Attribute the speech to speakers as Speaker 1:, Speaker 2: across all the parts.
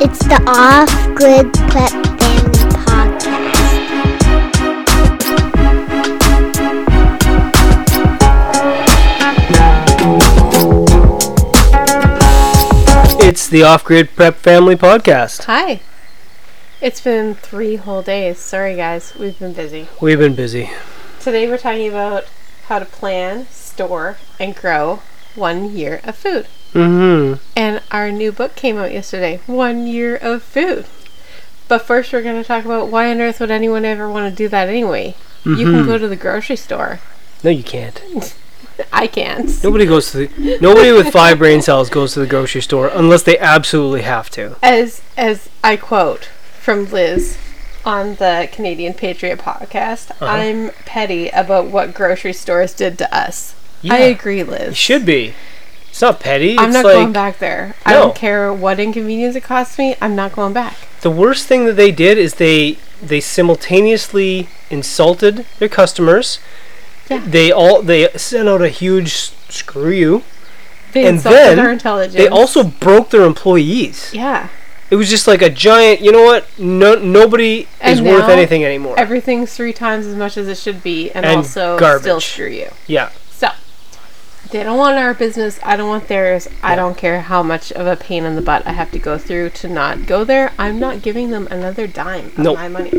Speaker 1: It's the Off Grid Prep Family Podcast.
Speaker 2: It's the Off Grid Prep Family Podcast.
Speaker 3: Hi. It's been three whole days. Sorry, guys. We've been busy.
Speaker 2: We've been busy.
Speaker 3: Today, we're talking about how to plan, store, and grow one year of food.
Speaker 2: Mm-hmm.
Speaker 3: And our new book came out yesterday One Year of Food. But first, we're going to talk about why on earth would anyone ever want to do that anyway? You can go to the grocery store.
Speaker 2: No, you can't.
Speaker 3: I can't.
Speaker 2: Nobody goes to the. Nobody with five brain cells goes to the grocery store unless they absolutely have to.
Speaker 3: As, as I quote from Liz on the Canadian Patriot podcast, I'm petty about what grocery stores did to us. I
Speaker 2: Yeah.
Speaker 3: agree, Liz.
Speaker 2: It should be. It's not petty.
Speaker 3: I'm
Speaker 2: it's
Speaker 3: not
Speaker 2: like
Speaker 3: going back there. I
Speaker 2: No.
Speaker 3: don't care what inconvenience it costs me. I'm not going back.
Speaker 2: the worst thing that they did is they they simultaneously insulted their customers.
Speaker 3: Yeah.
Speaker 2: They all they sent out a huge s- screw you.
Speaker 3: They
Speaker 2: And
Speaker 3: insulted
Speaker 2: then
Speaker 3: our intelligence.
Speaker 2: They also broke their employees.
Speaker 3: yeah,
Speaker 2: It was just like a giant. You know what? No, nobody is
Speaker 3: And
Speaker 2: worth
Speaker 3: now
Speaker 2: anything anymore.
Speaker 3: everything's three times as much as it should be, and,
Speaker 2: And
Speaker 3: also still
Speaker 2: garbage.
Speaker 3: screw you.
Speaker 2: yeah.
Speaker 3: So they don't want our business. I don't want theirs. I don't care how much of a pain in the butt I have to go through to not go there. I'm not giving them another dime of
Speaker 2: Nope.
Speaker 3: my money.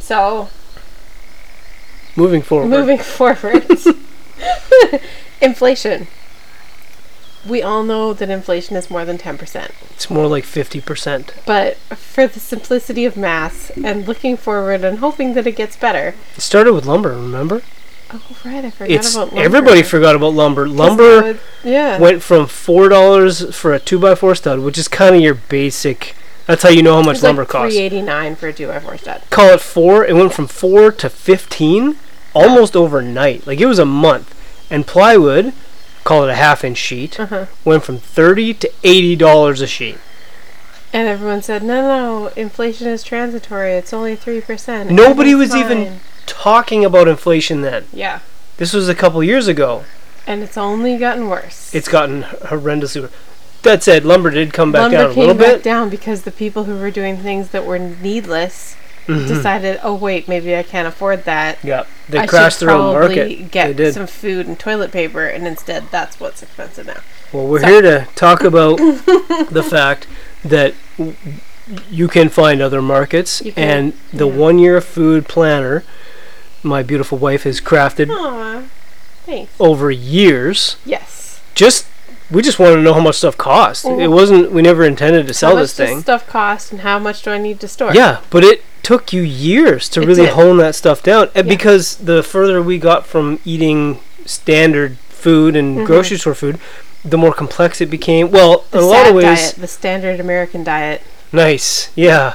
Speaker 3: So
Speaker 2: Moving forward.
Speaker 3: Moving forward, inflation. We all know that inflation is more than 10%,
Speaker 2: It's more like 50%.
Speaker 3: but for the simplicity of math and looking forward and hoping that it gets better.
Speaker 2: It started with lumber, remember?
Speaker 3: Oh, right, I forgot
Speaker 2: It's
Speaker 3: about lumber.
Speaker 2: everybody forgot about lumber.
Speaker 3: Just
Speaker 2: Lumber
Speaker 3: wood- yeah.
Speaker 2: went from $4 for a 2x4 stud, which is kind of your basic That's how you know how much
Speaker 3: It's
Speaker 2: lumber
Speaker 3: like
Speaker 2: costs.
Speaker 3: 389 for a two by four stud.
Speaker 2: Call it 4, it went from 4 to 15 almost overnight. Like it was a month. And plywood, call it a half inch sheet,
Speaker 3: Uh-huh.
Speaker 2: went from 30 to $80 a sheet.
Speaker 3: And everyone said, no, no, inflation is transitory. It's only 3%.
Speaker 2: Nobody was
Speaker 3: Everything's
Speaker 2: even
Speaker 3: fine."
Speaker 2: talking about inflation then.
Speaker 3: Yeah.
Speaker 2: This was a couple years ago.
Speaker 3: And it's only gotten worse.
Speaker 2: it's gotten horrendously. That said, lumber did come back
Speaker 3: lumber
Speaker 2: down a
Speaker 3: came
Speaker 2: little
Speaker 3: back
Speaker 2: bit.
Speaker 3: down because the people who were doing things that were needless decided, oh wait, maybe I can't afford that.
Speaker 2: Yeah, Mm-hmm. they
Speaker 3: I should
Speaker 2: crashed their own
Speaker 3: probably
Speaker 2: market.
Speaker 3: Get
Speaker 2: they did.
Speaker 3: some food and toilet paper, and instead, that's what's expensive now.
Speaker 2: well, we're here to talk about the fact that w- you can find other markets,
Speaker 3: You can,
Speaker 2: and the one-year food planner my beautiful wife has crafted
Speaker 3: Aw, thanks.
Speaker 2: over years.
Speaker 3: Yes.
Speaker 2: Just we just want to know how much stuff costs. It wasn't. We never intended to
Speaker 3: how
Speaker 2: sell
Speaker 3: much
Speaker 2: this thing.
Speaker 3: Does stuff cost, and how much do I need to store?
Speaker 2: Yeah, but it took you years to
Speaker 3: It
Speaker 2: really
Speaker 3: did.
Speaker 2: hone that stuff down. And
Speaker 3: Yeah.
Speaker 2: because the further we got from eating standard food and grocery store food, the more complex it became. Well,
Speaker 3: Mm-hmm. The
Speaker 2: in a lot
Speaker 3: sad
Speaker 2: of ways,
Speaker 3: diet, the standard American diet.
Speaker 2: nice. Yeah.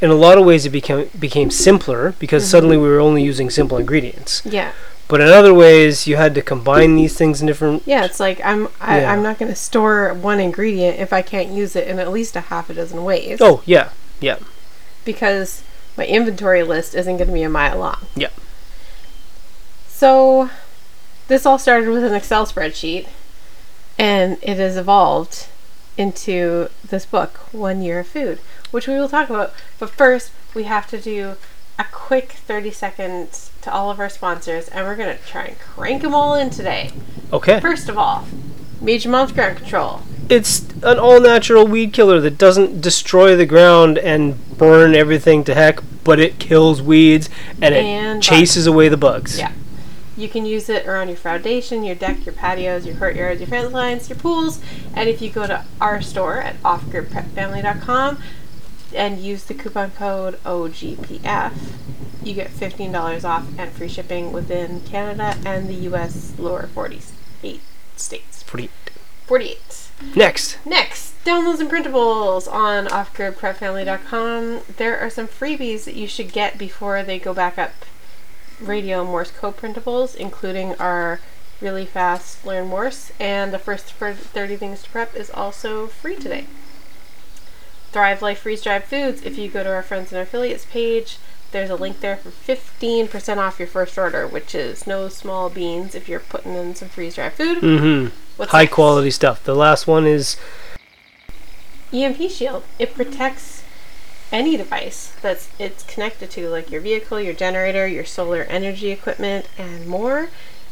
Speaker 2: In a lot of ways, it became became simpler because
Speaker 3: Mm-hmm.
Speaker 2: suddenly we were only using simple ingredients.
Speaker 3: Yeah,
Speaker 2: But in other ways, you had to combine
Speaker 3: Mm-hmm.
Speaker 2: these things in different.
Speaker 3: yeah. It's like I'm I,
Speaker 2: Yeah.
Speaker 3: I'm not going to store one ingredient if I can't use it in at least a half a dozen ways.
Speaker 2: Oh yeah, yeah.
Speaker 3: because my inventory list isn't going to be a mile long.
Speaker 2: Yeah.
Speaker 3: So this all started with an Excel spreadsheet and it has evolved into this book, One Year of Food, which we will talk about. But first, we have to do a quick 30 seconds to all of our sponsors and we're going to try and crank them all in today.
Speaker 2: Okay.
Speaker 3: First of all, Major Mom's Ground Control.
Speaker 2: It's an all-natural weed killer that doesn't destroy the ground and burn everything to heck, but it kills weeds and it
Speaker 3: And
Speaker 2: chases away the bugs.
Speaker 3: Yeah. You can use it around your foundation, your deck, your patios, your courtyards, your fence lines, your pools. And if you go to our store at offgridprepfamily.com and use the coupon code OGPF, you get $15 off and free shipping within Canada and the US lower 40s, 8 states.
Speaker 2: Pretty-
Speaker 3: 48.
Speaker 2: Next,
Speaker 3: Next, downloads and printables on offgridprepfamily.com. There are some freebies that you should get before they go back up radio Morse code printables, including our really fast Learn Morse, and the first fir- 30 things to prep is also free today. Thrive Life Freeze Drive Foods, if you go to our friends and affiliates page, there's a link there for 15% off your first order, which is no small beans if you're putting in some freeze dried food. Mm-hmm. What's
Speaker 2: high
Speaker 3: next?
Speaker 2: quality stuff. The last one is
Speaker 3: EMP E shield. It protects any device that's it's connected to, like your vehicle, your generator, your solar energy equipment, and more.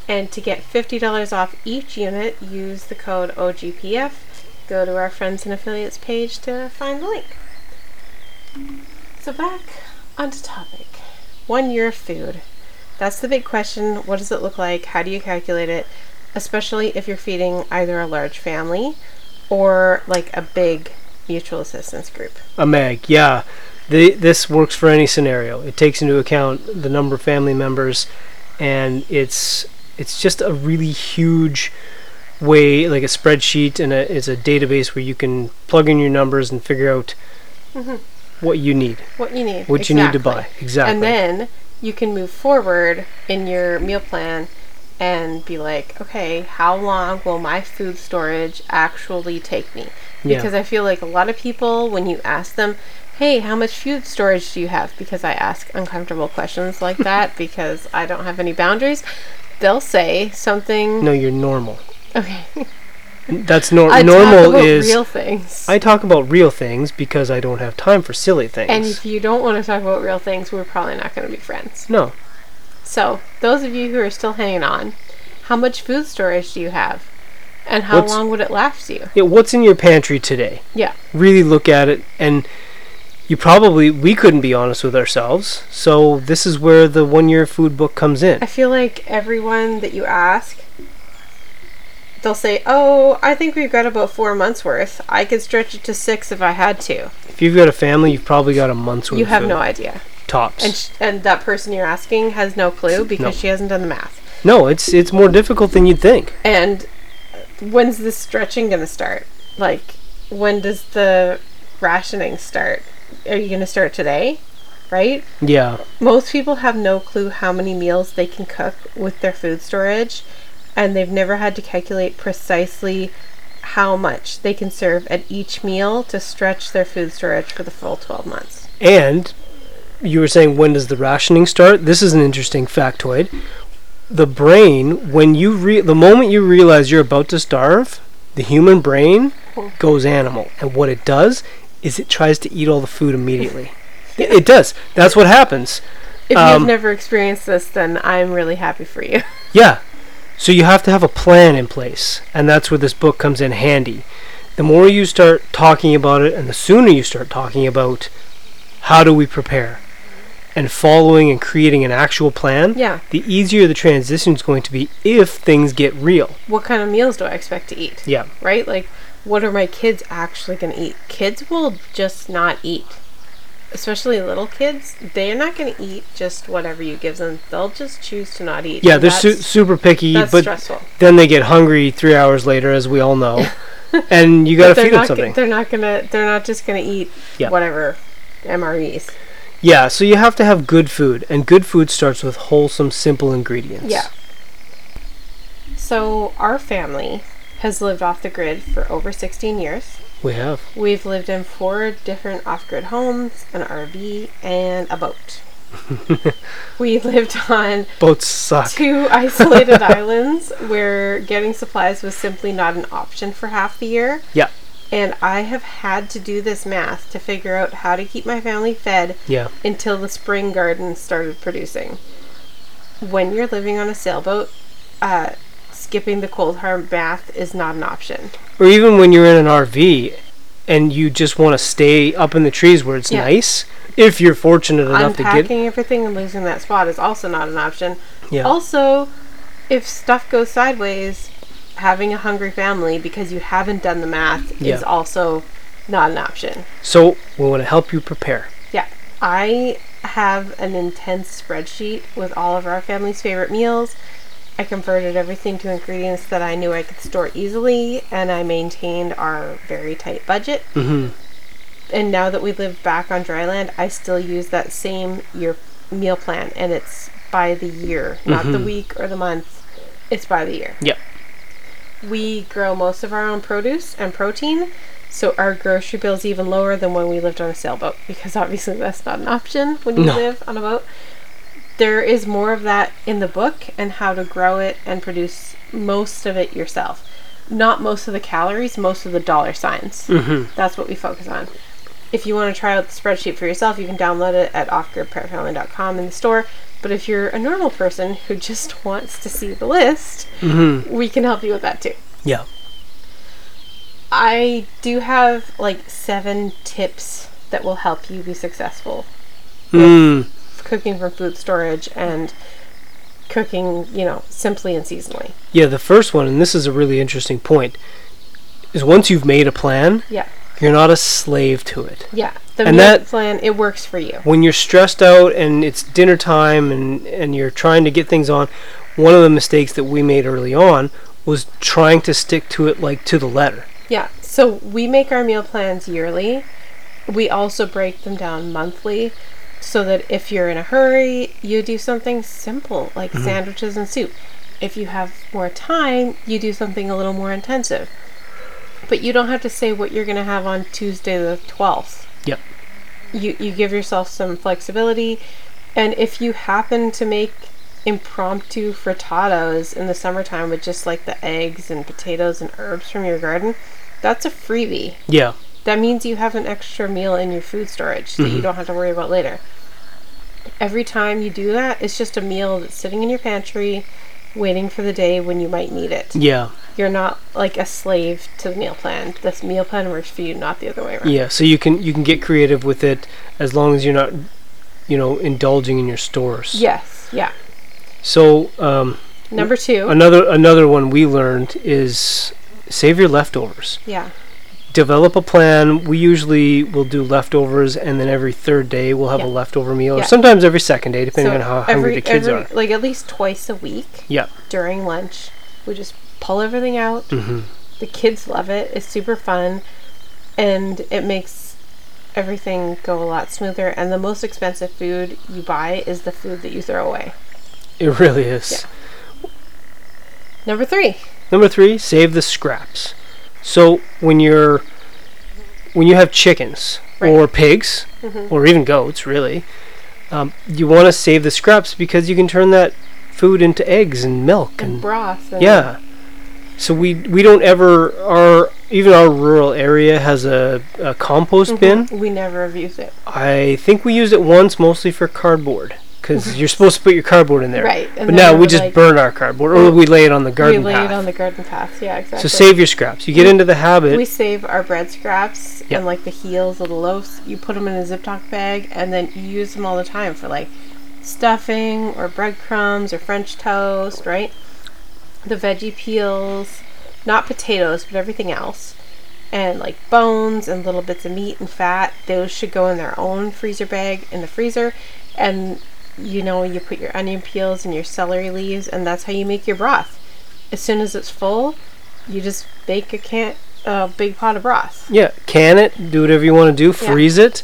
Speaker 3: And to get $50 off each unit, use the code OGPF. Go to our friends and affiliates page to find the link. So back onto topic. One year of food. That's the big question. What does it look like? How do you calculate it? Especially if you're feeding either a large family or like a big mutual assistance group.
Speaker 2: A mag, yeah. The, this works for any scenario. It takes into account the number of family members, and it's it's just a really huge way, like a spreadsheet, and a, it's a database where you can plug in your numbers and figure out
Speaker 3: Mm-hmm.
Speaker 2: what you need,
Speaker 3: What you need.
Speaker 2: what you need to
Speaker 3: exactly.
Speaker 2: buy exactly.
Speaker 3: And then you can move forward in your meal plan and be like, okay, how long will my food storage actually take me?
Speaker 2: Yeah.
Speaker 3: Because I feel like a lot of people, when you ask them, hey, how much food storage do you have? Because I ask uncomfortable questions like that because I don't have any boundaries, they'll say something.
Speaker 2: no, you're normal.
Speaker 3: Okay.
Speaker 2: That's nor-
Speaker 3: I talk
Speaker 2: normal
Speaker 3: about
Speaker 2: is
Speaker 3: real things.
Speaker 2: I talk about real things because I don't have time for silly things.
Speaker 3: and if you don't want to talk about real things, we're probably not going to be friends.
Speaker 2: no,
Speaker 3: So, those of you who are still hanging on, how much food storage do you have? And how
Speaker 2: What's-
Speaker 3: long would it last you?
Speaker 2: yeah, what's in your pantry today?
Speaker 3: Yeah.
Speaker 2: Really look at it, and you probably we couldn't be honest with ourselves. So this is where the one year food book comes in.
Speaker 3: I feel like everyone that you ask, they'll say, Oh, I think we've got about four months worth. I could stretch it to six if I had to.
Speaker 2: If you've got a family, you've probably got a month's worth.
Speaker 3: you have
Speaker 2: of
Speaker 3: no idea.
Speaker 2: tops.
Speaker 3: And, sh- and that person you're asking has no clue because
Speaker 2: No.
Speaker 3: she hasn't done the math.
Speaker 2: no, it's it's more difficult than you'd think.
Speaker 3: And when's this stretching going to start? Like, when does the rationing start? Are you going to start today? Right?
Speaker 2: Yeah,
Speaker 3: Most people have no clue how many meals they can cook with their food storage, and they've never had to calculate precisely how much they can serve at each meal to stretch their food storage for the full 12 months.
Speaker 2: and you were saying when does the rationing start? This is an interesting factoid. The brain, when you re- the moment you realize you're about to starve, the human brain goes animal, and what it does is it tries to eat all the food immediately. it it does. That's what happens.
Speaker 3: If
Speaker 2: Um,
Speaker 3: you've never experienced this, then I'm really happy for you.
Speaker 2: Yeah. So you have to have a plan in place, and that's where this book comes in handy. The more you start talking about it, and the sooner you start talking about how do we prepare and following and creating an actual plan,
Speaker 3: yeah.
Speaker 2: the easier the transition is going to be if things get real.
Speaker 3: What kind of meals do I expect to eat?
Speaker 2: Yeah.
Speaker 3: Right? Like, what are my kids actually going to eat? Kids will just not eat. Especially little kids, they're not going to eat just whatever you give them. They'll just choose to not eat.
Speaker 2: Yeah,
Speaker 3: And
Speaker 2: they're
Speaker 3: that's-
Speaker 2: su- super picky,
Speaker 3: That's
Speaker 2: but
Speaker 3: stressful.
Speaker 2: then they get hungry three hours later, as we all know, and you got to
Speaker 3: they're
Speaker 2: feed them
Speaker 3: not
Speaker 2: something.
Speaker 3: They're not gonna. They're not just gonna eat
Speaker 2: Yeah.
Speaker 3: whatever MREs.
Speaker 2: Yeah, so you have to have good food, and good food starts with wholesome, simple ingredients.
Speaker 3: Yeah. So our family has lived off the grid for over 16 years.
Speaker 2: We have.
Speaker 3: We've lived in four different off-grid homes, an RV, and a boat. we lived on
Speaker 2: Boats suck.
Speaker 3: two isolated islands where getting supplies was simply not an option for half the year.
Speaker 2: Yeah.
Speaker 3: And I have had to do this math to figure out how to keep my family fed
Speaker 2: Yeah.
Speaker 3: until the spring garden started producing. When you're living on a sailboat, uh, skipping the cold hard bath is not an option.
Speaker 2: Or even when you're in an RV and you just want to stay up in the trees where it's
Speaker 3: Yeah.
Speaker 2: nice, if you're fortunate enough to get
Speaker 3: Unpacking everything and losing that spot is also not an option.
Speaker 2: Yeah.
Speaker 3: Also, if stuff goes sideways, having a hungry family because you haven't done the math
Speaker 2: Yeah.
Speaker 3: is also not an option.
Speaker 2: So, we want to help you prepare.
Speaker 3: Yeah, I have an intense spreadsheet with all of our family's favorite meals. I converted everything to ingredients that I knew I could store easily, and I maintained our very tight budget. Mm-hmm. And now that we live back on dry land, I still use that same year meal plan, and it's by the year, not the week or the month. It's by the year.
Speaker 2: Yeah.
Speaker 3: We grow most of our own produce and protein, so our grocery bill's even lower than when we lived on a sailboat because obviously that's not an option when you
Speaker 2: No.
Speaker 3: live on a boat. There is more of that in the book and how to grow it and produce most of it yourself. not most of the calories, most of the dollar signs.
Speaker 2: Mm-hmm.
Speaker 3: That's what we focus on. If you want to try out the spreadsheet for yourself, you can download it at offgridprepfamily.com in the store. But if you're a normal person who just wants to see the list,
Speaker 2: Mm-hmm.
Speaker 3: we can help you with that too.
Speaker 2: Yeah.
Speaker 3: I do have like seven tips that will help you be successful
Speaker 2: Mm.
Speaker 3: cooking from food storage and cooking, you know, simply and seasonally.
Speaker 2: Yeah, the first one, and this is a really interesting point, is once you've made a plan,
Speaker 3: Yeah.
Speaker 2: you're not a slave to it.
Speaker 3: Yeah. The
Speaker 2: And
Speaker 3: meal
Speaker 2: that-
Speaker 3: plan, it works for you.
Speaker 2: When you're stressed out and it's dinner time and, and you're trying to get things on, one of the mistakes that we made early on was trying to stick to it like to the letter.
Speaker 3: Yeah. So we make our meal plans yearly. We also break them down monthly so that if you're in a hurry, you do something simple like sandwiches and soup. If you have more time, you do something a little more intensive. But you don't have to say what you're going to have on Tuesday the 12th.
Speaker 2: Yep.
Speaker 3: You you give yourself some flexibility and if you happen to make impromptu frittatas in the summertime with just like the eggs and potatoes and herbs from your garden, that's a freebie.
Speaker 2: Yeah.
Speaker 3: That means you have an extra meal in your food storage that you don't have to worry about later. Every time you do that, it's just a meal that's sitting in your pantry waiting for the day when you might need it.
Speaker 2: Yeah.
Speaker 3: You're not like a slave to the meal plan. This meal plan works for you, not the other way around.
Speaker 2: Yeah. So you can you can get creative with it as long as you're not you know, indulging in your stores.
Speaker 3: Yes, yeah.
Speaker 2: So um,
Speaker 3: Number two.
Speaker 2: another another one we learned is save your leftovers.
Speaker 3: Yeah,
Speaker 2: develop a plan. We usually will do leftovers, and then every third day we'll have
Speaker 3: Yeah.
Speaker 2: a leftover meal, or
Speaker 3: Yeah.
Speaker 2: sometimes every second day, depending on how hungry
Speaker 3: every-
Speaker 2: the kids
Speaker 3: every-
Speaker 2: are.
Speaker 3: Like at least twice a week
Speaker 2: Yeah.
Speaker 3: during lunch, we just pull everything out.
Speaker 2: hmm
Speaker 3: The kids love it. It's super fun, and it makes everything go a lot smoother. And the most expensive food you buy is the food that you throw away.
Speaker 2: It really is.
Speaker 3: Number three.
Speaker 2: Number three, save the scraps. So when you're when you have chickens
Speaker 3: Right. Mm-hmm.
Speaker 2: or pigs or even goats, really, um, you want to save the scraps because you can turn that food into eggs and milk
Speaker 3: And
Speaker 2: and
Speaker 3: broth. And
Speaker 2: Yeah. So we we don't ever our even our rural area has a, a compost bin.
Speaker 3: Mhm. We never have used it.
Speaker 2: I think we used it once mostly for cardboard because you're supposed to put your cardboard in there.
Speaker 3: Mm-hmm. Right. and
Speaker 2: But
Speaker 3: then
Speaker 2: now we
Speaker 3: we're
Speaker 2: just
Speaker 3: like,
Speaker 2: burn our cardboard or we lay it on the garden
Speaker 3: we lay
Speaker 2: path.
Speaker 3: it on the garden path. Yeah, exactly.
Speaker 2: so save your scraps. You get into the habit.
Speaker 3: We save our bread scraps
Speaker 2: Yeah.
Speaker 3: and like the heels of the loaves. You put them in a Ziploc bag and then you use them all the time for like stuffing or breadcrumbs or French toast, right? The veggie peels, not potatoes, but everything else. And like bones and little bits of meat and fat, those should go in their own freezer bag in the freezer. And you know, you put your onion peels and your celery leaves, and that's how you make your broth. As soon as it's full, you just bake a can a big pot of broth.
Speaker 2: yeah, can it. Do whatever you want to do.
Speaker 3: Yeah.
Speaker 2: Freeze it.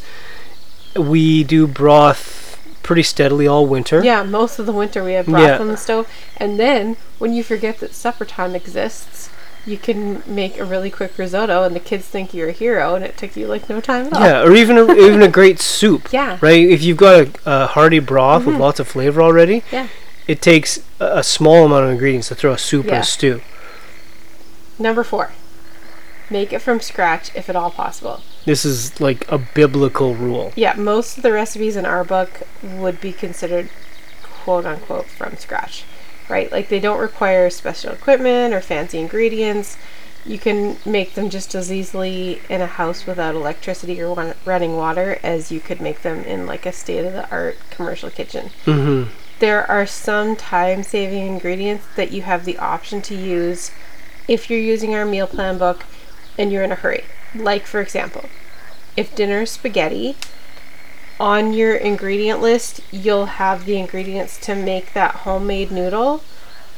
Speaker 2: We do broth pretty steadily all winter.
Speaker 3: Yeah, most of the winter we have broth
Speaker 2: Yeah.
Speaker 3: on the stove, and then when you forget that supper time exists, you can make a really quick risotto, and the kids think you're a hero, and it took you like no time at all.
Speaker 2: Yeah, or even a, even a great soup.
Speaker 3: Yeah. Mm-hmm.
Speaker 2: Right. If you've got a, a hearty broth with lots of flavor already,
Speaker 3: Yeah.
Speaker 2: it takes a, a small amount of ingredients to throw a soup or
Speaker 3: Yeah.
Speaker 2: a stew.
Speaker 3: Number four, make it from scratch if at all possible.
Speaker 2: This is like a biblical rule.
Speaker 3: Yeah, most of the recipes in our book would be considered quote unquote from scratch, right? Like they don't require special equipment or fancy ingredients. You can make them just as easily in a house without electricity or wa- running water as you could make them in like a state of the art commercial kitchen.
Speaker 2: Mm-hmm.
Speaker 3: There are some time saving ingredients that you have the option to use if you're using our meal plan book and you're in a hurry. Like, for example, if dinner is spaghetti, on your ingredient list, you'll have the ingredients to make that homemade noodle,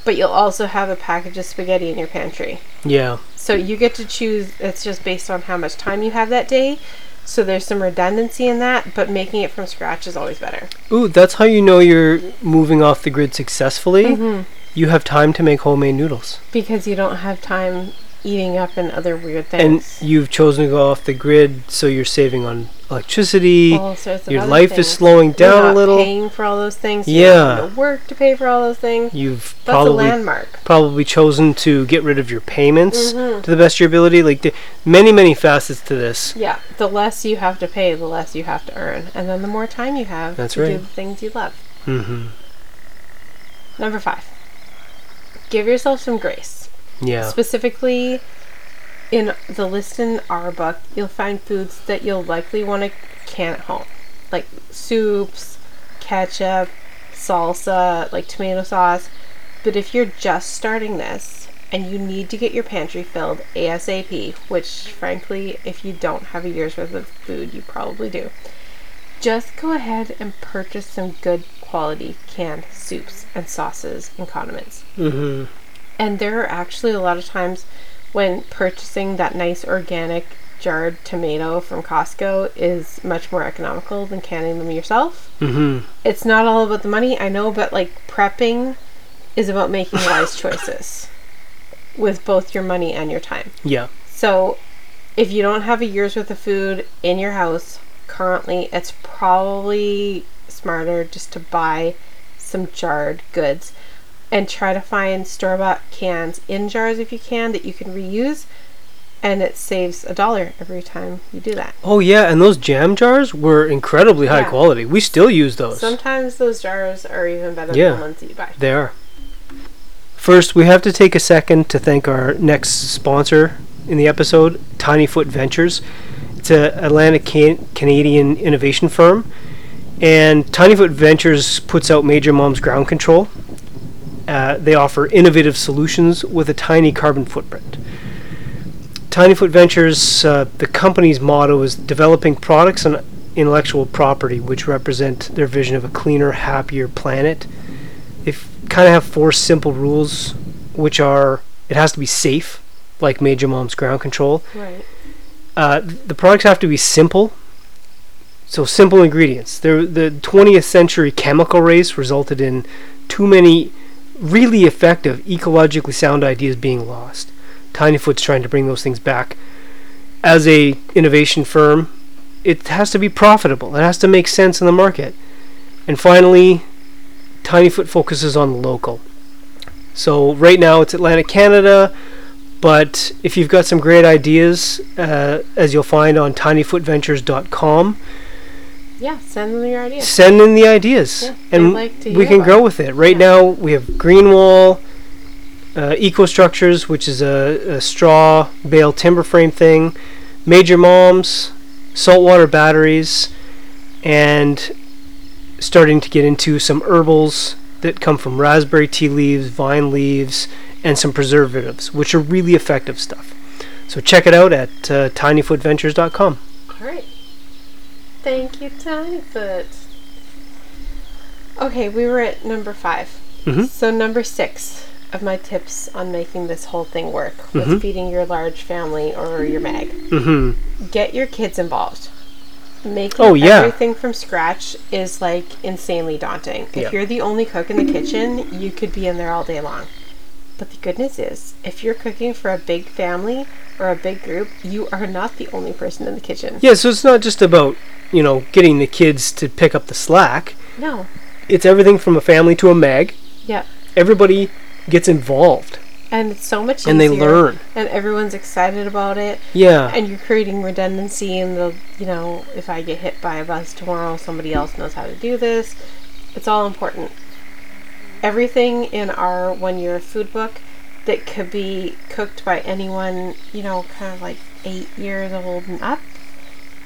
Speaker 3: but you'll also have a package of spaghetti in your pantry.
Speaker 2: Yeah.
Speaker 3: So you get to choose, it's just based on how much time you have that day. So there's some redundancy in that, but making it from scratch is always better.
Speaker 2: Ooh, that's how you know you're moving off
Speaker 3: Mm-hmm.
Speaker 2: the grid successfully. You have time to make homemade noodles.
Speaker 3: because you don't have time eating up and other weird
Speaker 2: and
Speaker 3: things.
Speaker 2: you've chosen to go off the grid, so you're saving on electricity.
Speaker 3: All sorts of
Speaker 2: Your
Speaker 3: other
Speaker 2: life
Speaker 3: things.
Speaker 2: is slowing
Speaker 3: You're
Speaker 2: down
Speaker 3: not
Speaker 2: a little.
Speaker 3: Paying for all those things. You don't have
Speaker 2: Yeah.
Speaker 3: to work to pay for all those things.
Speaker 2: You've
Speaker 3: That's a
Speaker 2: probably
Speaker 3: landmark.
Speaker 2: probably chosen to get rid of your payments
Speaker 3: Mhm.
Speaker 2: to the best of your ability. Like the, many many facets to this.
Speaker 3: Yeah, the less you have to pay, the less you have to earn, and then the more time you have
Speaker 2: That's
Speaker 3: to do
Speaker 2: right.
Speaker 3: the things you love.
Speaker 2: hmm
Speaker 3: Number five, give yourself some grace.
Speaker 2: Yeah.
Speaker 3: Specifically, in the list in our book, you'll find foods that you'll likely want to can at home, like soups, ketchup, salsa, like tomato sauce. But if you're just starting this and you need to get your pantry filled ASAP, which frankly, if you don't have a year's worth of food, you probably do, just go ahead and purchase some good quality canned soups and sauces and condiments.
Speaker 2: hmm
Speaker 3: And there are actually a lot of times when purchasing that nice organic jarred tomato from Costco is much more economical than canning them yourself.
Speaker 2: hmm
Speaker 3: It's not all about the money, I know, but like prepping is about making wise choices with both your money and your time.
Speaker 2: Yeah.
Speaker 3: So, if you don't have a year's worth of food in your house currently, it's probably smarter just to buy some jarred goods and try to find store bought cans in jars if you can that you can reuse. And it saves a dollar every time you do that.
Speaker 2: Oh yeah, and those jam jars were incredibly high
Speaker 3: Yeah.
Speaker 2: quality. We still use those.
Speaker 3: Sometimes those jars are even better than
Speaker 2: Yeah.
Speaker 3: the ones that you buy.
Speaker 2: They are. First, we have to take a second to thank our next sponsor in the episode, Tinyfoot Ventures. It's an Atlantic can- Canadian innovation firm, and Tinyfoot Ventures puts out Major Mom's ground control. Uh, they offer innovative solutions with a tiny carbon footprint. Tinyfoot Ventures, uh, the company's motto is developing products and intellectual property which represent their vision of a cleaner, happier planet they kind of have four simple rules, which are it has to be safe, like Major Mom's ground control.
Speaker 3: Right.
Speaker 2: Uh, th- the products have to be simple, so simple ingredients. There, the 20th century chemical race resulted in too many really effective, ecologically sound ideas being lost. Tinyfoot's trying to bring those things back. As a innovation firm, it has to be profitable. It has to make sense in the market. And finally, Tinyfoot focuses on local. So right now it's Atlantic Canada, but if you've got some great ideas, uh, as you'll find on tinyfootventures.com,
Speaker 3: Yeah, send them your ideas.
Speaker 2: send in the ideas,
Speaker 3: Yeah,
Speaker 2: and
Speaker 3: they'd like to
Speaker 2: we
Speaker 3: hear
Speaker 2: can
Speaker 3: about
Speaker 2: grow with it. Right
Speaker 3: Yeah.
Speaker 2: now we have Greenwall, uh, EcoStructures, which is a, a straw bale timber frame thing, Major Moms, saltwater batteries, and starting to get into some herbals that come from raspberry tea leaves, vine leaves, and some preservatives, which are really effective stuff. So check it out at uh, tinyfootventures.com.
Speaker 3: All right. Thank you, Tinyfoot. Okay, we were at number 5
Speaker 2: Mhm.
Speaker 3: So number six of my tips on making this whole thing work was
Speaker 2: Mhm.
Speaker 3: feeding your large family or your mag.
Speaker 2: hmm
Speaker 3: Get your kids involved. Making
Speaker 2: Oh, yeah.
Speaker 3: everything from scratch is like insanely daunting. If
Speaker 2: Yeah.
Speaker 3: you're the only cook in the kitchen, you could be in there all day long. But the good news is, if you're cooking for a big family or a big group, you are not the only person in the kitchen.
Speaker 2: Yeah, so it's not just about, you know, getting the kids to pick up the slack.
Speaker 3: No.
Speaker 2: It's everything from a family to a mag.
Speaker 3: Yeah.
Speaker 2: Everybody gets involved
Speaker 3: And it's so much easier.
Speaker 2: and they learn.
Speaker 3: And everyone's excited about it.
Speaker 2: Yeah.
Speaker 3: and you're creating redundancy in the you know if i get hit by a bus tomorrow somebody else knows how to do this it's all important everything in our one year food book that could be cooked by anyone you know kind of like eight years old and up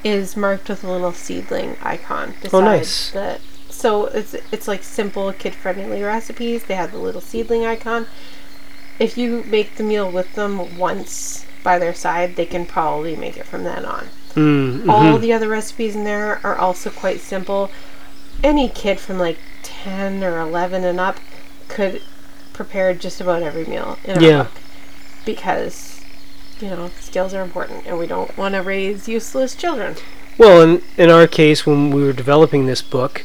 Speaker 3: is marked with a little seedling icon beside
Speaker 2: Oh, nice.
Speaker 3: the so it's it's like simple kid friendly recipes they have the little seedling icon if you make the meal with them once by their side, they can probably make it from then on.
Speaker 2: Mm,
Speaker 3: All
Speaker 2: mhm.
Speaker 3: the other recipes in there are also quite simple. Any kid from like 10 or 11 and up could prepare just about every meal in our
Speaker 2: Yeah.
Speaker 3: book because you know skills are important and we don't want to raise useless children.
Speaker 2: Well, in, in our case, when we were developing this book,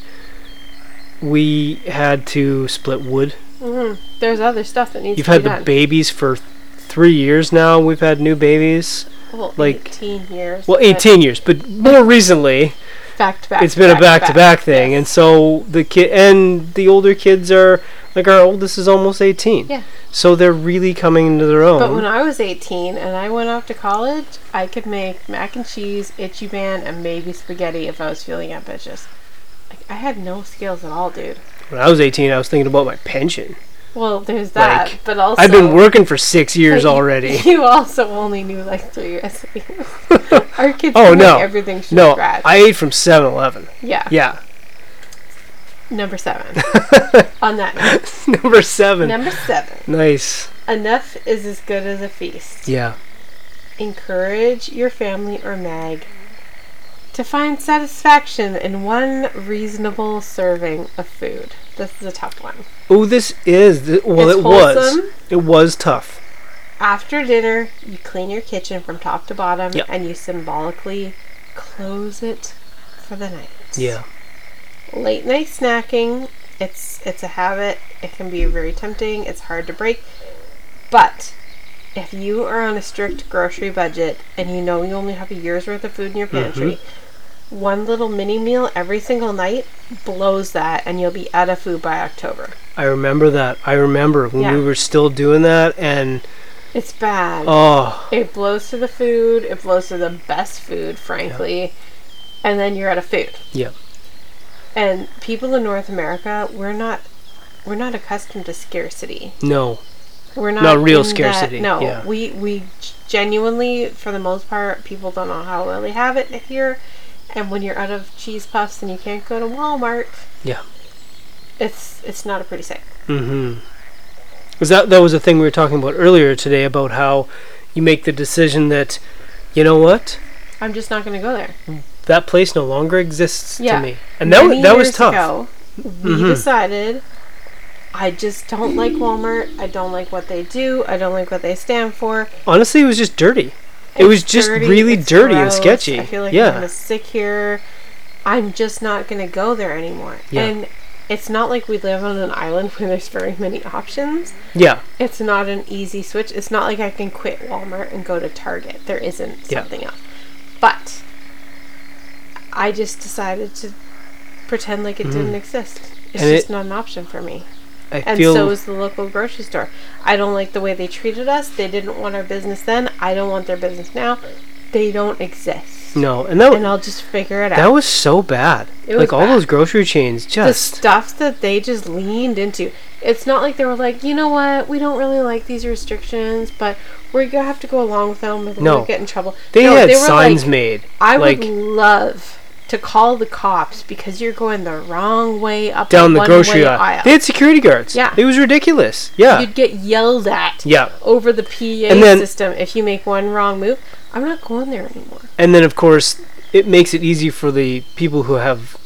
Speaker 2: we had to split wood.
Speaker 3: hmm There's other stuff that needs
Speaker 2: You've
Speaker 3: to be
Speaker 2: had the
Speaker 3: done.
Speaker 2: babies for th- three years now we've had new babies.
Speaker 3: Well,
Speaker 2: Like-
Speaker 3: 18 years.
Speaker 2: Well,
Speaker 3: but
Speaker 2: 18 years, but more recently
Speaker 3: Back to back.
Speaker 2: it's been a back to back thing, and so the kid and the older kids are like our oldest is almost 18.
Speaker 3: Yeah.
Speaker 2: So they're really coming into their own.
Speaker 3: But when I was 18 and I went off to college, I could make mac and cheese, itchy band, and maybe spaghetti if I was feeling ambitious. Like, I had no skills at all, dude.
Speaker 2: When I was 18, I was thinking about my pension.
Speaker 3: Well, there's that,
Speaker 2: Like,
Speaker 3: but also
Speaker 2: I've been working for six years
Speaker 3: like,
Speaker 2: already.
Speaker 3: You also only knew like three recipes. Our kids
Speaker 2: Oh,
Speaker 3: can make
Speaker 2: no.
Speaker 3: everything from
Speaker 2: No,
Speaker 3: scratch.
Speaker 2: I ate from 7 Eleven.
Speaker 3: yeah.
Speaker 2: Yeah.
Speaker 3: Number seven. On that note,
Speaker 2: Number 7.
Speaker 3: number seven.
Speaker 2: nice.
Speaker 3: Enough is as good as a feast.
Speaker 2: Yeah.
Speaker 3: encourage your family or mag to find satisfaction in one reasonable serving of food. This is a tough one.
Speaker 2: Oh, this is. th- well,
Speaker 3: It's
Speaker 2: it
Speaker 3: wholesome.
Speaker 2: was. It was tough.
Speaker 3: After dinner, you clean your kitchen from top to bottom
Speaker 2: Yep.
Speaker 3: and you symbolically close it for the night.
Speaker 2: Yeah.
Speaker 3: Late night snacking, it's it's a habit. It can be very tempting. It's hard to break. But if you are on a strict grocery budget and you know you only have a year's worth of food in your pantry, one little mini meal every single night blows that and you'll be out of food by October.
Speaker 2: I remember that. I remember when
Speaker 3: Yeah.
Speaker 2: we were still doing that, and
Speaker 3: It's bad.
Speaker 2: oh,
Speaker 3: It blows to the food, it blows to the best food, frankly, and then you're out of food.
Speaker 2: yeah.
Speaker 3: And people in North America, we're not we're not accustomed to scarcity.
Speaker 2: No.
Speaker 3: We're not
Speaker 2: Not real
Speaker 3: in that-
Speaker 2: scarcity,
Speaker 3: no,
Speaker 2: yeah.
Speaker 3: we we genuinely, for the most part, people don't know how to really have it here. And when you're out of cheese puffs and you can't go to Walmart,
Speaker 2: Yeah.
Speaker 3: it's it's not a pretty sight.
Speaker 2: Mm-hmm. Because that that was a thing we were talking about earlier today about how you make the decision that, you know what,
Speaker 3: I'm just not going to go there.
Speaker 2: that place no longer exists
Speaker 3: Yeah.
Speaker 2: to me, and that
Speaker 3: Many
Speaker 2: wa- that was
Speaker 3: years
Speaker 2: tough. Mm-hmm.
Speaker 3: ago, we decided I just don't like Walmart. I don't like what they do. I don't like what they stand for.
Speaker 2: Honestly, it was just dirty. It was
Speaker 3: It's
Speaker 2: just
Speaker 3: dirty,
Speaker 2: really
Speaker 3: it's
Speaker 2: dirty and
Speaker 3: gross,
Speaker 2: sketchy.
Speaker 3: I feel like I'm
Speaker 2: yeah.
Speaker 3: gonna stick here. I'm just not gonna go there anymore.
Speaker 2: Yeah.
Speaker 3: And it's not like we live on an island where there's very many options.
Speaker 2: yeah.
Speaker 3: It's not an easy switch. It's not like I can quit Walmart and go to Target. There isn't
Speaker 2: Yeah.
Speaker 3: something else. But I just decided to pretend like it didn't exist. It's
Speaker 2: Mm-hmm. And
Speaker 3: just
Speaker 2: it-
Speaker 3: not an option for me.
Speaker 2: I
Speaker 3: And
Speaker 2: feel
Speaker 3: so is the local grocery store. I don't like the way they treated us. They didn't want our business then. I don't want their business now. They don't exist.
Speaker 2: no, and that
Speaker 3: And I'll just figure it
Speaker 2: Oh. that
Speaker 3: out.
Speaker 2: was so bad.
Speaker 3: It was
Speaker 2: like all
Speaker 3: bad.
Speaker 2: those grocery chains,
Speaker 3: The
Speaker 2: just
Speaker 3: stuff that they just leaned into. It's not like they were like, you know what, we don't really like these restrictions, but we're gonna have to go along with them. We're gonna
Speaker 2: No.
Speaker 3: get in trouble.
Speaker 2: they
Speaker 3: No,
Speaker 2: had
Speaker 3: were
Speaker 2: signs
Speaker 3: like,
Speaker 2: made.
Speaker 3: I
Speaker 2: like
Speaker 3: would love to call the cops because you're going the wrong way up
Speaker 2: down
Speaker 3: a
Speaker 2: the grocery
Speaker 3: one-way
Speaker 2: aisle.
Speaker 3: aisle.
Speaker 2: They had security guards.
Speaker 3: Yeah.
Speaker 2: It was ridiculous. Yeah.
Speaker 3: You'd get yelled at.
Speaker 2: yeah.
Speaker 3: over the PA
Speaker 2: And then-
Speaker 3: system if you make one wrong move. I'm not going there anymore.
Speaker 2: And then, of course, it makes it easy for the people who have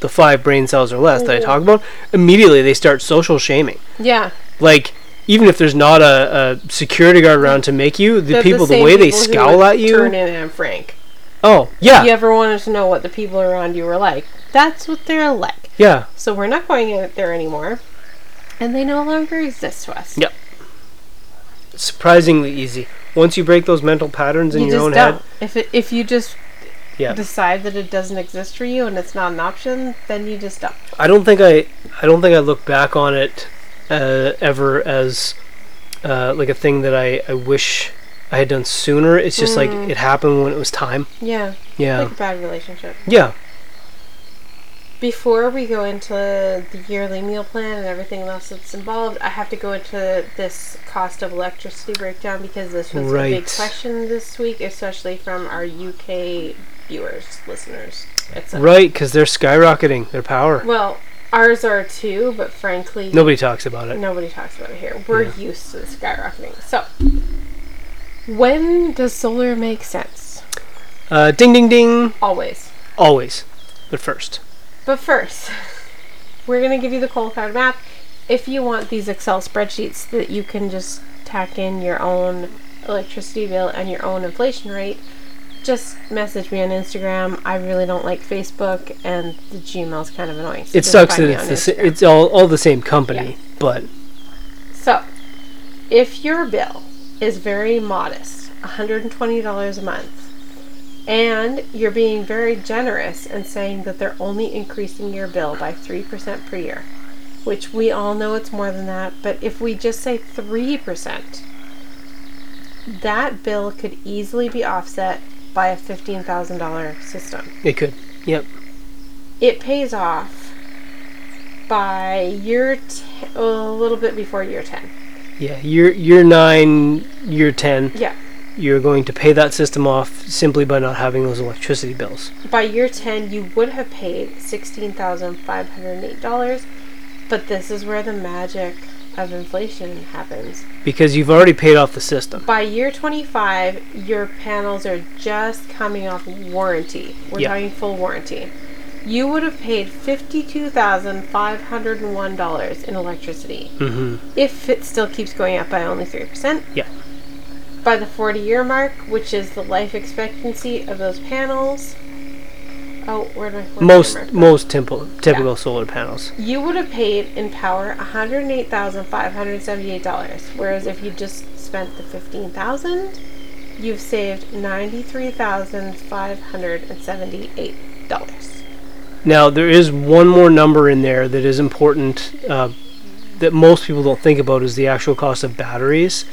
Speaker 2: the five brain cells or less that
Speaker 3: Mm-hmm.
Speaker 2: I talk about. Immediately, they start social shaming.
Speaker 3: Yeah.
Speaker 2: Like, even if there's not a, a security guard around to make you, the
Speaker 3: they're
Speaker 2: people, the
Speaker 3: same
Speaker 2: way they
Speaker 3: people who
Speaker 2: scowl
Speaker 3: would
Speaker 2: at you.
Speaker 3: Turn in and Frank.
Speaker 2: oh, yeah.
Speaker 3: You
Speaker 2: Yeah.
Speaker 3: ever wanted to know what the people around you were like? That's what they're like.
Speaker 2: Yeah.
Speaker 3: So we're not going out there anymore. And they no longer exist to us.
Speaker 2: Yeah, Surprisingly easy. Once you break those mental patterns in
Speaker 3: you
Speaker 2: your
Speaker 3: just
Speaker 2: own
Speaker 3: don't.
Speaker 2: head.
Speaker 3: If, it, if you just
Speaker 2: Yeah.
Speaker 3: decide that it doesn't exist for you and it's not an option, then you just don't.
Speaker 2: I don't think I I don't think I look back on it uh, ever as uh, like a thing that I, I wish I had done sooner. It's just like it happened when it was time.
Speaker 3: Yeah.
Speaker 2: Yeah.
Speaker 3: Mm. Like a bad relationship.
Speaker 2: yeah.
Speaker 3: Before we go into the yearly meal plan and everything else that's involved, I have to go into this cost of electricity breakdown because this was a big
Speaker 2: Right.
Speaker 3: question this week, especially from our UK viewers, listeners, etc.
Speaker 2: Right, because they're skyrocketing their power.
Speaker 3: Well, ours are too, but frankly,
Speaker 2: Nobody talks about it.
Speaker 3: nobody talks about it here. We're used to the skyrocketing. So, when does solar make sense?
Speaker 2: Uh, ding, ding, ding.
Speaker 3: Always.
Speaker 2: Always. But first.
Speaker 3: But first, we're going to give you the coal card map. If you want these Excel spreadsheets that you can just tack in your own electricity bill and your own inflation rate, just message me on Instagram. I really don't like Facebook, and the Gmail's kind of annoying. so
Speaker 2: It
Speaker 3: just
Speaker 2: sucks
Speaker 3: find
Speaker 2: that
Speaker 3: me
Speaker 2: it's
Speaker 3: on
Speaker 2: the sa-
Speaker 3: Instagram.
Speaker 2: it's all all the same company, but
Speaker 3: So, if your bill is very modest $120 a month. And you're being very generous and saying that they're only increasing your bill by 3% per year, which we all know it's more than that, but if we just say 3%, that bill could easily be offset by a $15,000 system.
Speaker 2: It could. Yep.
Speaker 3: It pays off by year te- a little bit before year 10.
Speaker 2: Yeah. Year year nine, year ten,
Speaker 3: Yeah.
Speaker 2: you're going to pay that system off simply by not having those electricity bills.
Speaker 3: By year 10, you would have paid $16,508, but this is where the magic of inflation happens.
Speaker 2: Because you've already paid off the system.
Speaker 3: By year 25, your panels are just coming off warranty. We're
Speaker 2: Yeah.
Speaker 3: talking full warranty. You would have paid $52,501 in electricity
Speaker 2: Mm-hmm.
Speaker 3: if it still keeps going up by only 3%.
Speaker 2: Yeah.
Speaker 3: By the 40 year mark, which is the life expectancy of those panels. Oh, where did my 40 year
Speaker 2: Most
Speaker 3: mark go?
Speaker 2: most typical typical solar panels.
Speaker 3: you would have paid in power $108,578. Whereas if you just spent the 15000 you've saved $93,578.
Speaker 2: Now there is one more number in there that is important uh, that most people don't think about is the actual cost of batteries.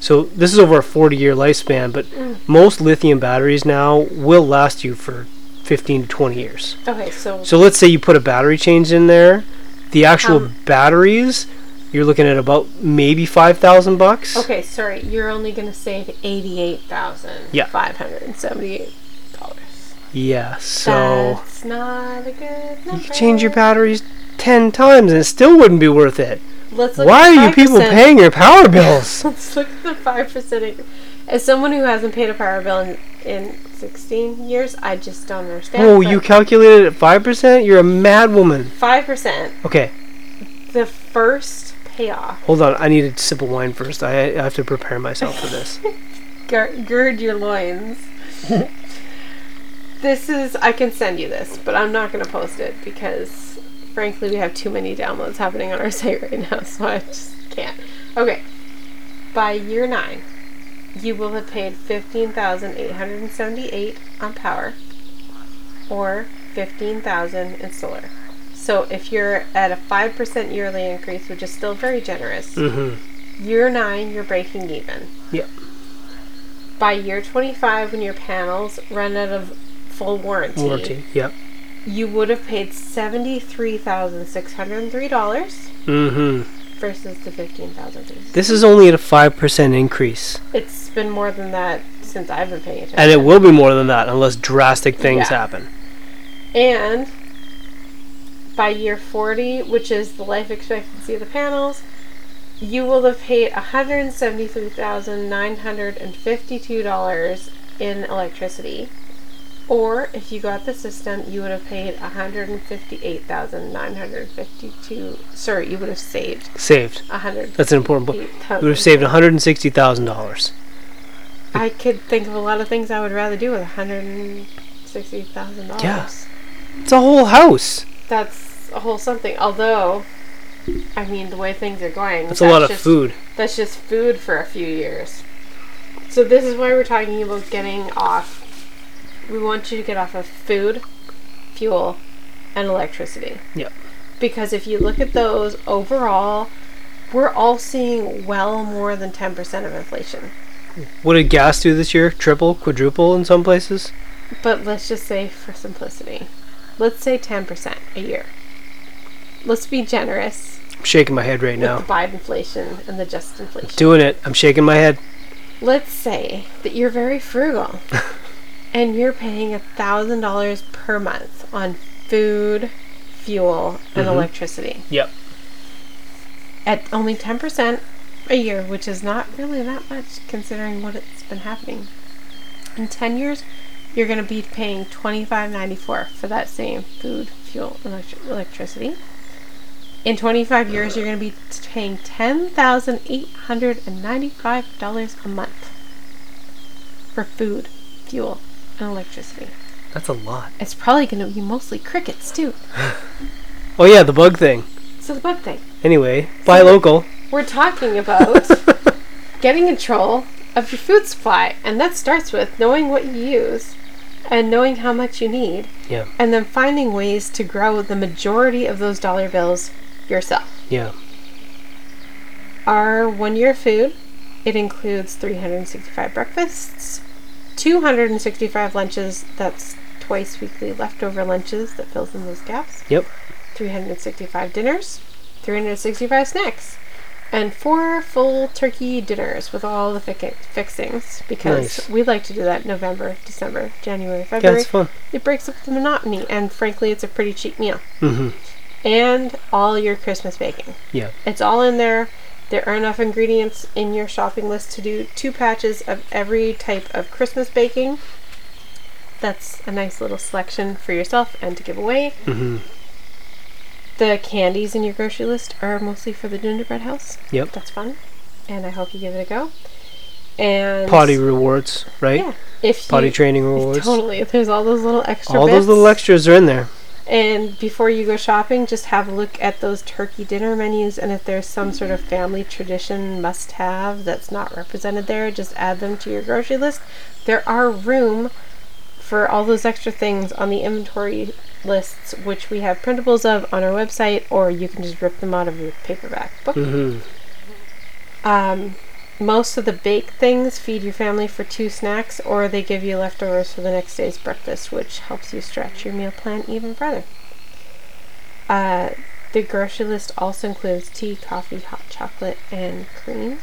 Speaker 2: So this is over a 40-year lifespan, but
Speaker 3: Mm.
Speaker 2: most lithium batteries now will last you for 15 to 20 years.
Speaker 3: Okay, so,
Speaker 2: So let's say you put a battery change in there, the actual
Speaker 3: Um,
Speaker 2: batteries you're looking at about maybe 5,000 bucks.
Speaker 3: okay, sorry, you're only going to save $88,578.
Speaker 2: Yeah. So
Speaker 3: That's not a good number.
Speaker 2: you could change your batteries 10 times and it still wouldn't be worth it.
Speaker 3: Let's look
Speaker 2: Why
Speaker 3: at
Speaker 2: are you people
Speaker 3: 5%.
Speaker 2: paying your power bills?
Speaker 3: Let's look at the five percent. As someone who hasn't paid a power bill in, in sixteen years, I just don't understand.
Speaker 2: Oh, you calculated it at 5%? You're a mad woman.
Speaker 3: five percent.
Speaker 2: Okay,
Speaker 3: The first payoff.
Speaker 2: hold on. I need a sip of wine first. I, I have to prepare myself for this.
Speaker 3: Gir- gird your loins. this is. I can send you this, but I'm not going to post it because, frankly, we have too many downloads happening on our site right now, so I just can't. Okay. By year nine, you will have paid fifteen thousand eight hundred and seventy-eight on power, or fifteen thousand in solar. So if you're at a five percent yearly increase, which is still very generous,
Speaker 2: hmm
Speaker 3: year nine you're breaking even.
Speaker 2: Yep.
Speaker 3: By year 25, when your panels run out of full warranty,
Speaker 2: Warranty. Yep.
Speaker 3: you would have paid $73,603
Speaker 2: hmm
Speaker 3: versus the $15,000.
Speaker 2: This is only at a 5% increase.
Speaker 3: It's been more than that since I've been paying attention.
Speaker 2: And it will be more than that unless drastic things
Speaker 3: Yeah.
Speaker 2: happen.
Speaker 3: And by year 40, which is the life expectancy of the panels, you will have paid $173,952 in electricity. Or if you got the system, you would have paid $158,952. Sorry, you would have saved
Speaker 2: Saved.
Speaker 3: 100.
Speaker 2: That's an important point. We would have saved $160,000.
Speaker 3: I could think of a lot of things I would rather do with $160,000.
Speaker 2: Yeah. It's a whole house.
Speaker 3: That's a whole something. Although, I mean, the way things are going,
Speaker 2: That's a lot of
Speaker 3: just-
Speaker 2: food.
Speaker 3: That's just food for a few years. So this is why we're talking about getting off. We want you to get off of food, fuel, and electricity.
Speaker 2: Yep.
Speaker 3: Because if you look at those overall, we're all seeing well more than 10% of inflation.
Speaker 2: What did gas do this year? Triple, quadruple in some places?
Speaker 3: But let's just say, for simplicity, let's say 10% a year. Let's be generous.
Speaker 2: I'm shaking my head right
Speaker 3: with
Speaker 2: now.
Speaker 3: the Biden inflation and the just inflation.
Speaker 2: Doing it. I'm shaking my head.
Speaker 3: Let's say that you're very frugal and you're paying a thousand dollars per month on food, fuel, and electricity
Speaker 2: Yep.
Speaker 3: at only ten percent a year, which is not really that much considering what it's been happening. In ten years, you're going to be paying twenty five ninety four for that same food, fuel, electri- electricity. In 25 years, you're going to be t- paying $10,895 a month for food, fuel, and electricity.
Speaker 2: That's a lot.
Speaker 3: It's probably going to be mostly crickets, too.
Speaker 2: Oh, yeah, the bug thing.
Speaker 3: So, the bug thing
Speaker 2: Anyway, buy local.
Speaker 3: we're talking about getting control of your food supply. And that starts with knowing what you use and knowing how much you need.
Speaker 2: Yeah.
Speaker 3: And then finding ways to grow the majority of those dollar bills yourself.
Speaker 2: Yeah.
Speaker 3: Our one year food, it includes 365 breakfasts, 265 lunches, that's twice weekly leftover lunches that fills in those gaps,
Speaker 2: Yep.
Speaker 3: 365 dinners, 365 snacks, and four full turkey dinners with all the fic- fixings because
Speaker 2: Nice.
Speaker 3: we like to do that November, December, January,
Speaker 2: Yeah,
Speaker 3: February.
Speaker 2: it's fun.
Speaker 3: it breaks up the monotony, and frankly, it's a pretty cheap meal.
Speaker 2: hmm
Speaker 3: And all your Christmas baking.
Speaker 2: Yeah.
Speaker 3: It's all in there. There are enough ingredients in your shopping list to do two patches of every type of Christmas baking. That's a nice little selection for yourself and to give away.
Speaker 2: hmm
Speaker 3: The candies in your grocery list are mostly for the gingerbread house.
Speaker 2: Yep.
Speaker 3: That's fun. And I hope you give it a go. And
Speaker 2: Potty rewards, right?
Speaker 3: Yeah. If
Speaker 2: Potty
Speaker 3: you,
Speaker 2: training rewards.
Speaker 3: Totally. There's all those little extra
Speaker 2: All those
Speaker 3: bits.
Speaker 2: little extras are in there.
Speaker 3: And before you go shopping, just have a look at those turkey dinner menus. And if there's some sort of family tradition must have that's not represented there, just add them to your grocery list. There are room for all those extra things on the inventory lists, which we have printables of on our website, or you can just rip them out of your paperback book.
Speaker 2: hmm
Speaker 3: Um, most of the baked things feed your family for two snacks, or they give you leftovers for the next day's breakfast, which helps you stretch your meal plan even further. Uh, the grocery list also includes tea, coffee, hot chocolate, and cream,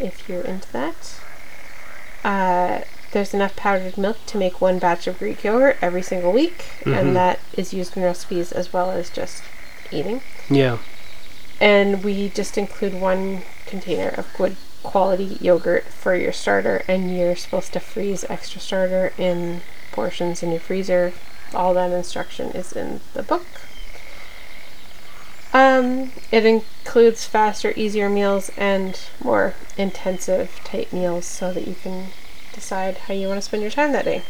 Speaker 3: if you're into that. Uh, there's enough powdered milk to make one batch of Greek yogurt every single week,
Speaker 2: Mhm.
Speaker 3: and that is used in recipes as well as just eating
Speaker 2: Yeah.
Speaker 3: and we just include one container of good quality yogurt for your starter and you're supposed to freeze extra starter in portions in your freezer all that instruction is in the book um, it includes faster easier meals and more intensive type meals so that you can decide how you want to spend your time that day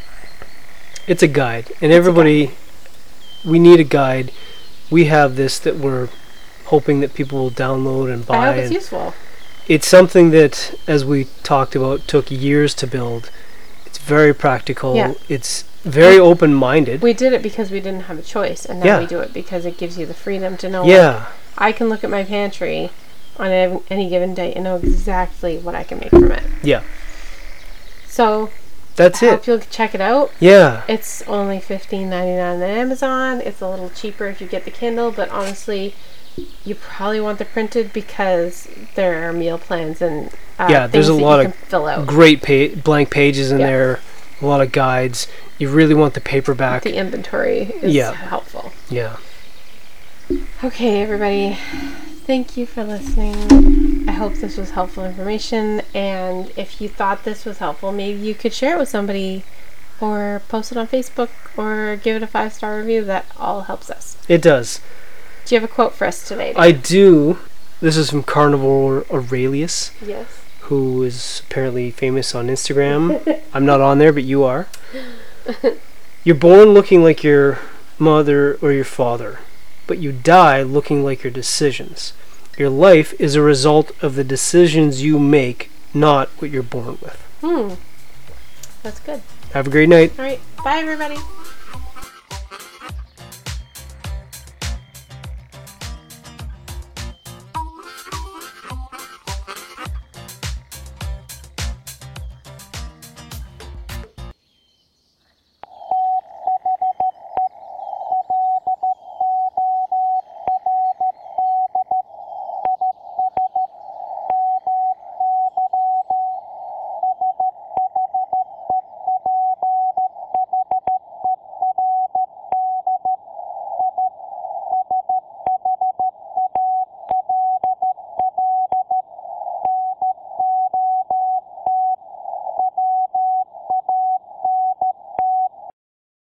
Speaker 2: It's a guide, and everybody, we need a guide. We have this that we're hoping that people will download and
Speaker 3: i
Speaker 2: buy.
Speaker 3: hope it's
Speaker 2: and
Speaker 3: useful
Speaker 2: it's something that, as we talked about, took years to build. It's very practical.
Speaker 3: Yeah.
Speaker 2: It's very open-minded.
Speaker 3: we did it because we didn't have a choice and now
Speaker 2: Yeah.
Speaker 3: we do it because it gives you the freedom to know what
Speaker 2: yeah,
Speaker 3: I can look at my pantry on ev- any given day and know exactly what I can make from it.
Speaker 2: yeah.
Speaker 3: So
Speaker 2: That's
Speaker 3: I hope
Speaker 2: it.
Speaker 3: you'll check it out.
Speaker 2: Yeah,
Speaker 3: It's only $15.99 on Amazon. It's a little cheaper if you get the Kindle, but honestly, you probably want the printed because there are meal plans and uh,
Speaker 2: Yeah, there's
Speaker 3: things
Speaker 2: a
Speaker 3: that
Speaker 2: lot
Speaker 3: you
Speaker 2: of
Speaker 3: can fill out
Speaker 2: great pa- blank pages in
Speaker 3: Yeah.
Speaker 2: there. A lot of guides. You really want the paperback.
Speaker 3: the inventory is
Speaker 2: Yeah.
Speaker 3: helpful.
Speaker 2: yeah.
Speaker 3: Okay, everybody, thank you for listening. I hope this was helpful information, and if you thought this was helpful, maybe you could share it with somebody or post it on Facebook or give it a five star review. That all helps us.
Speaker 2: It does.
Speaker 3: Do you have a quote for us today?
Speaker 2: I do. This is from Carnivore Aurelius,
Speaker 3: yes.
Speaker 2: who is apparently famous on Instagram. I'm not on there, but you are. You're born looking like your mother or your father, but you die looking like your decisions. Your life is a result of the decisions you make, not what you're born with.
Speaker 3: Hmm. That's good.
Speaker 2: Have a great night.
Speaker 3: All right. Bye, everybody.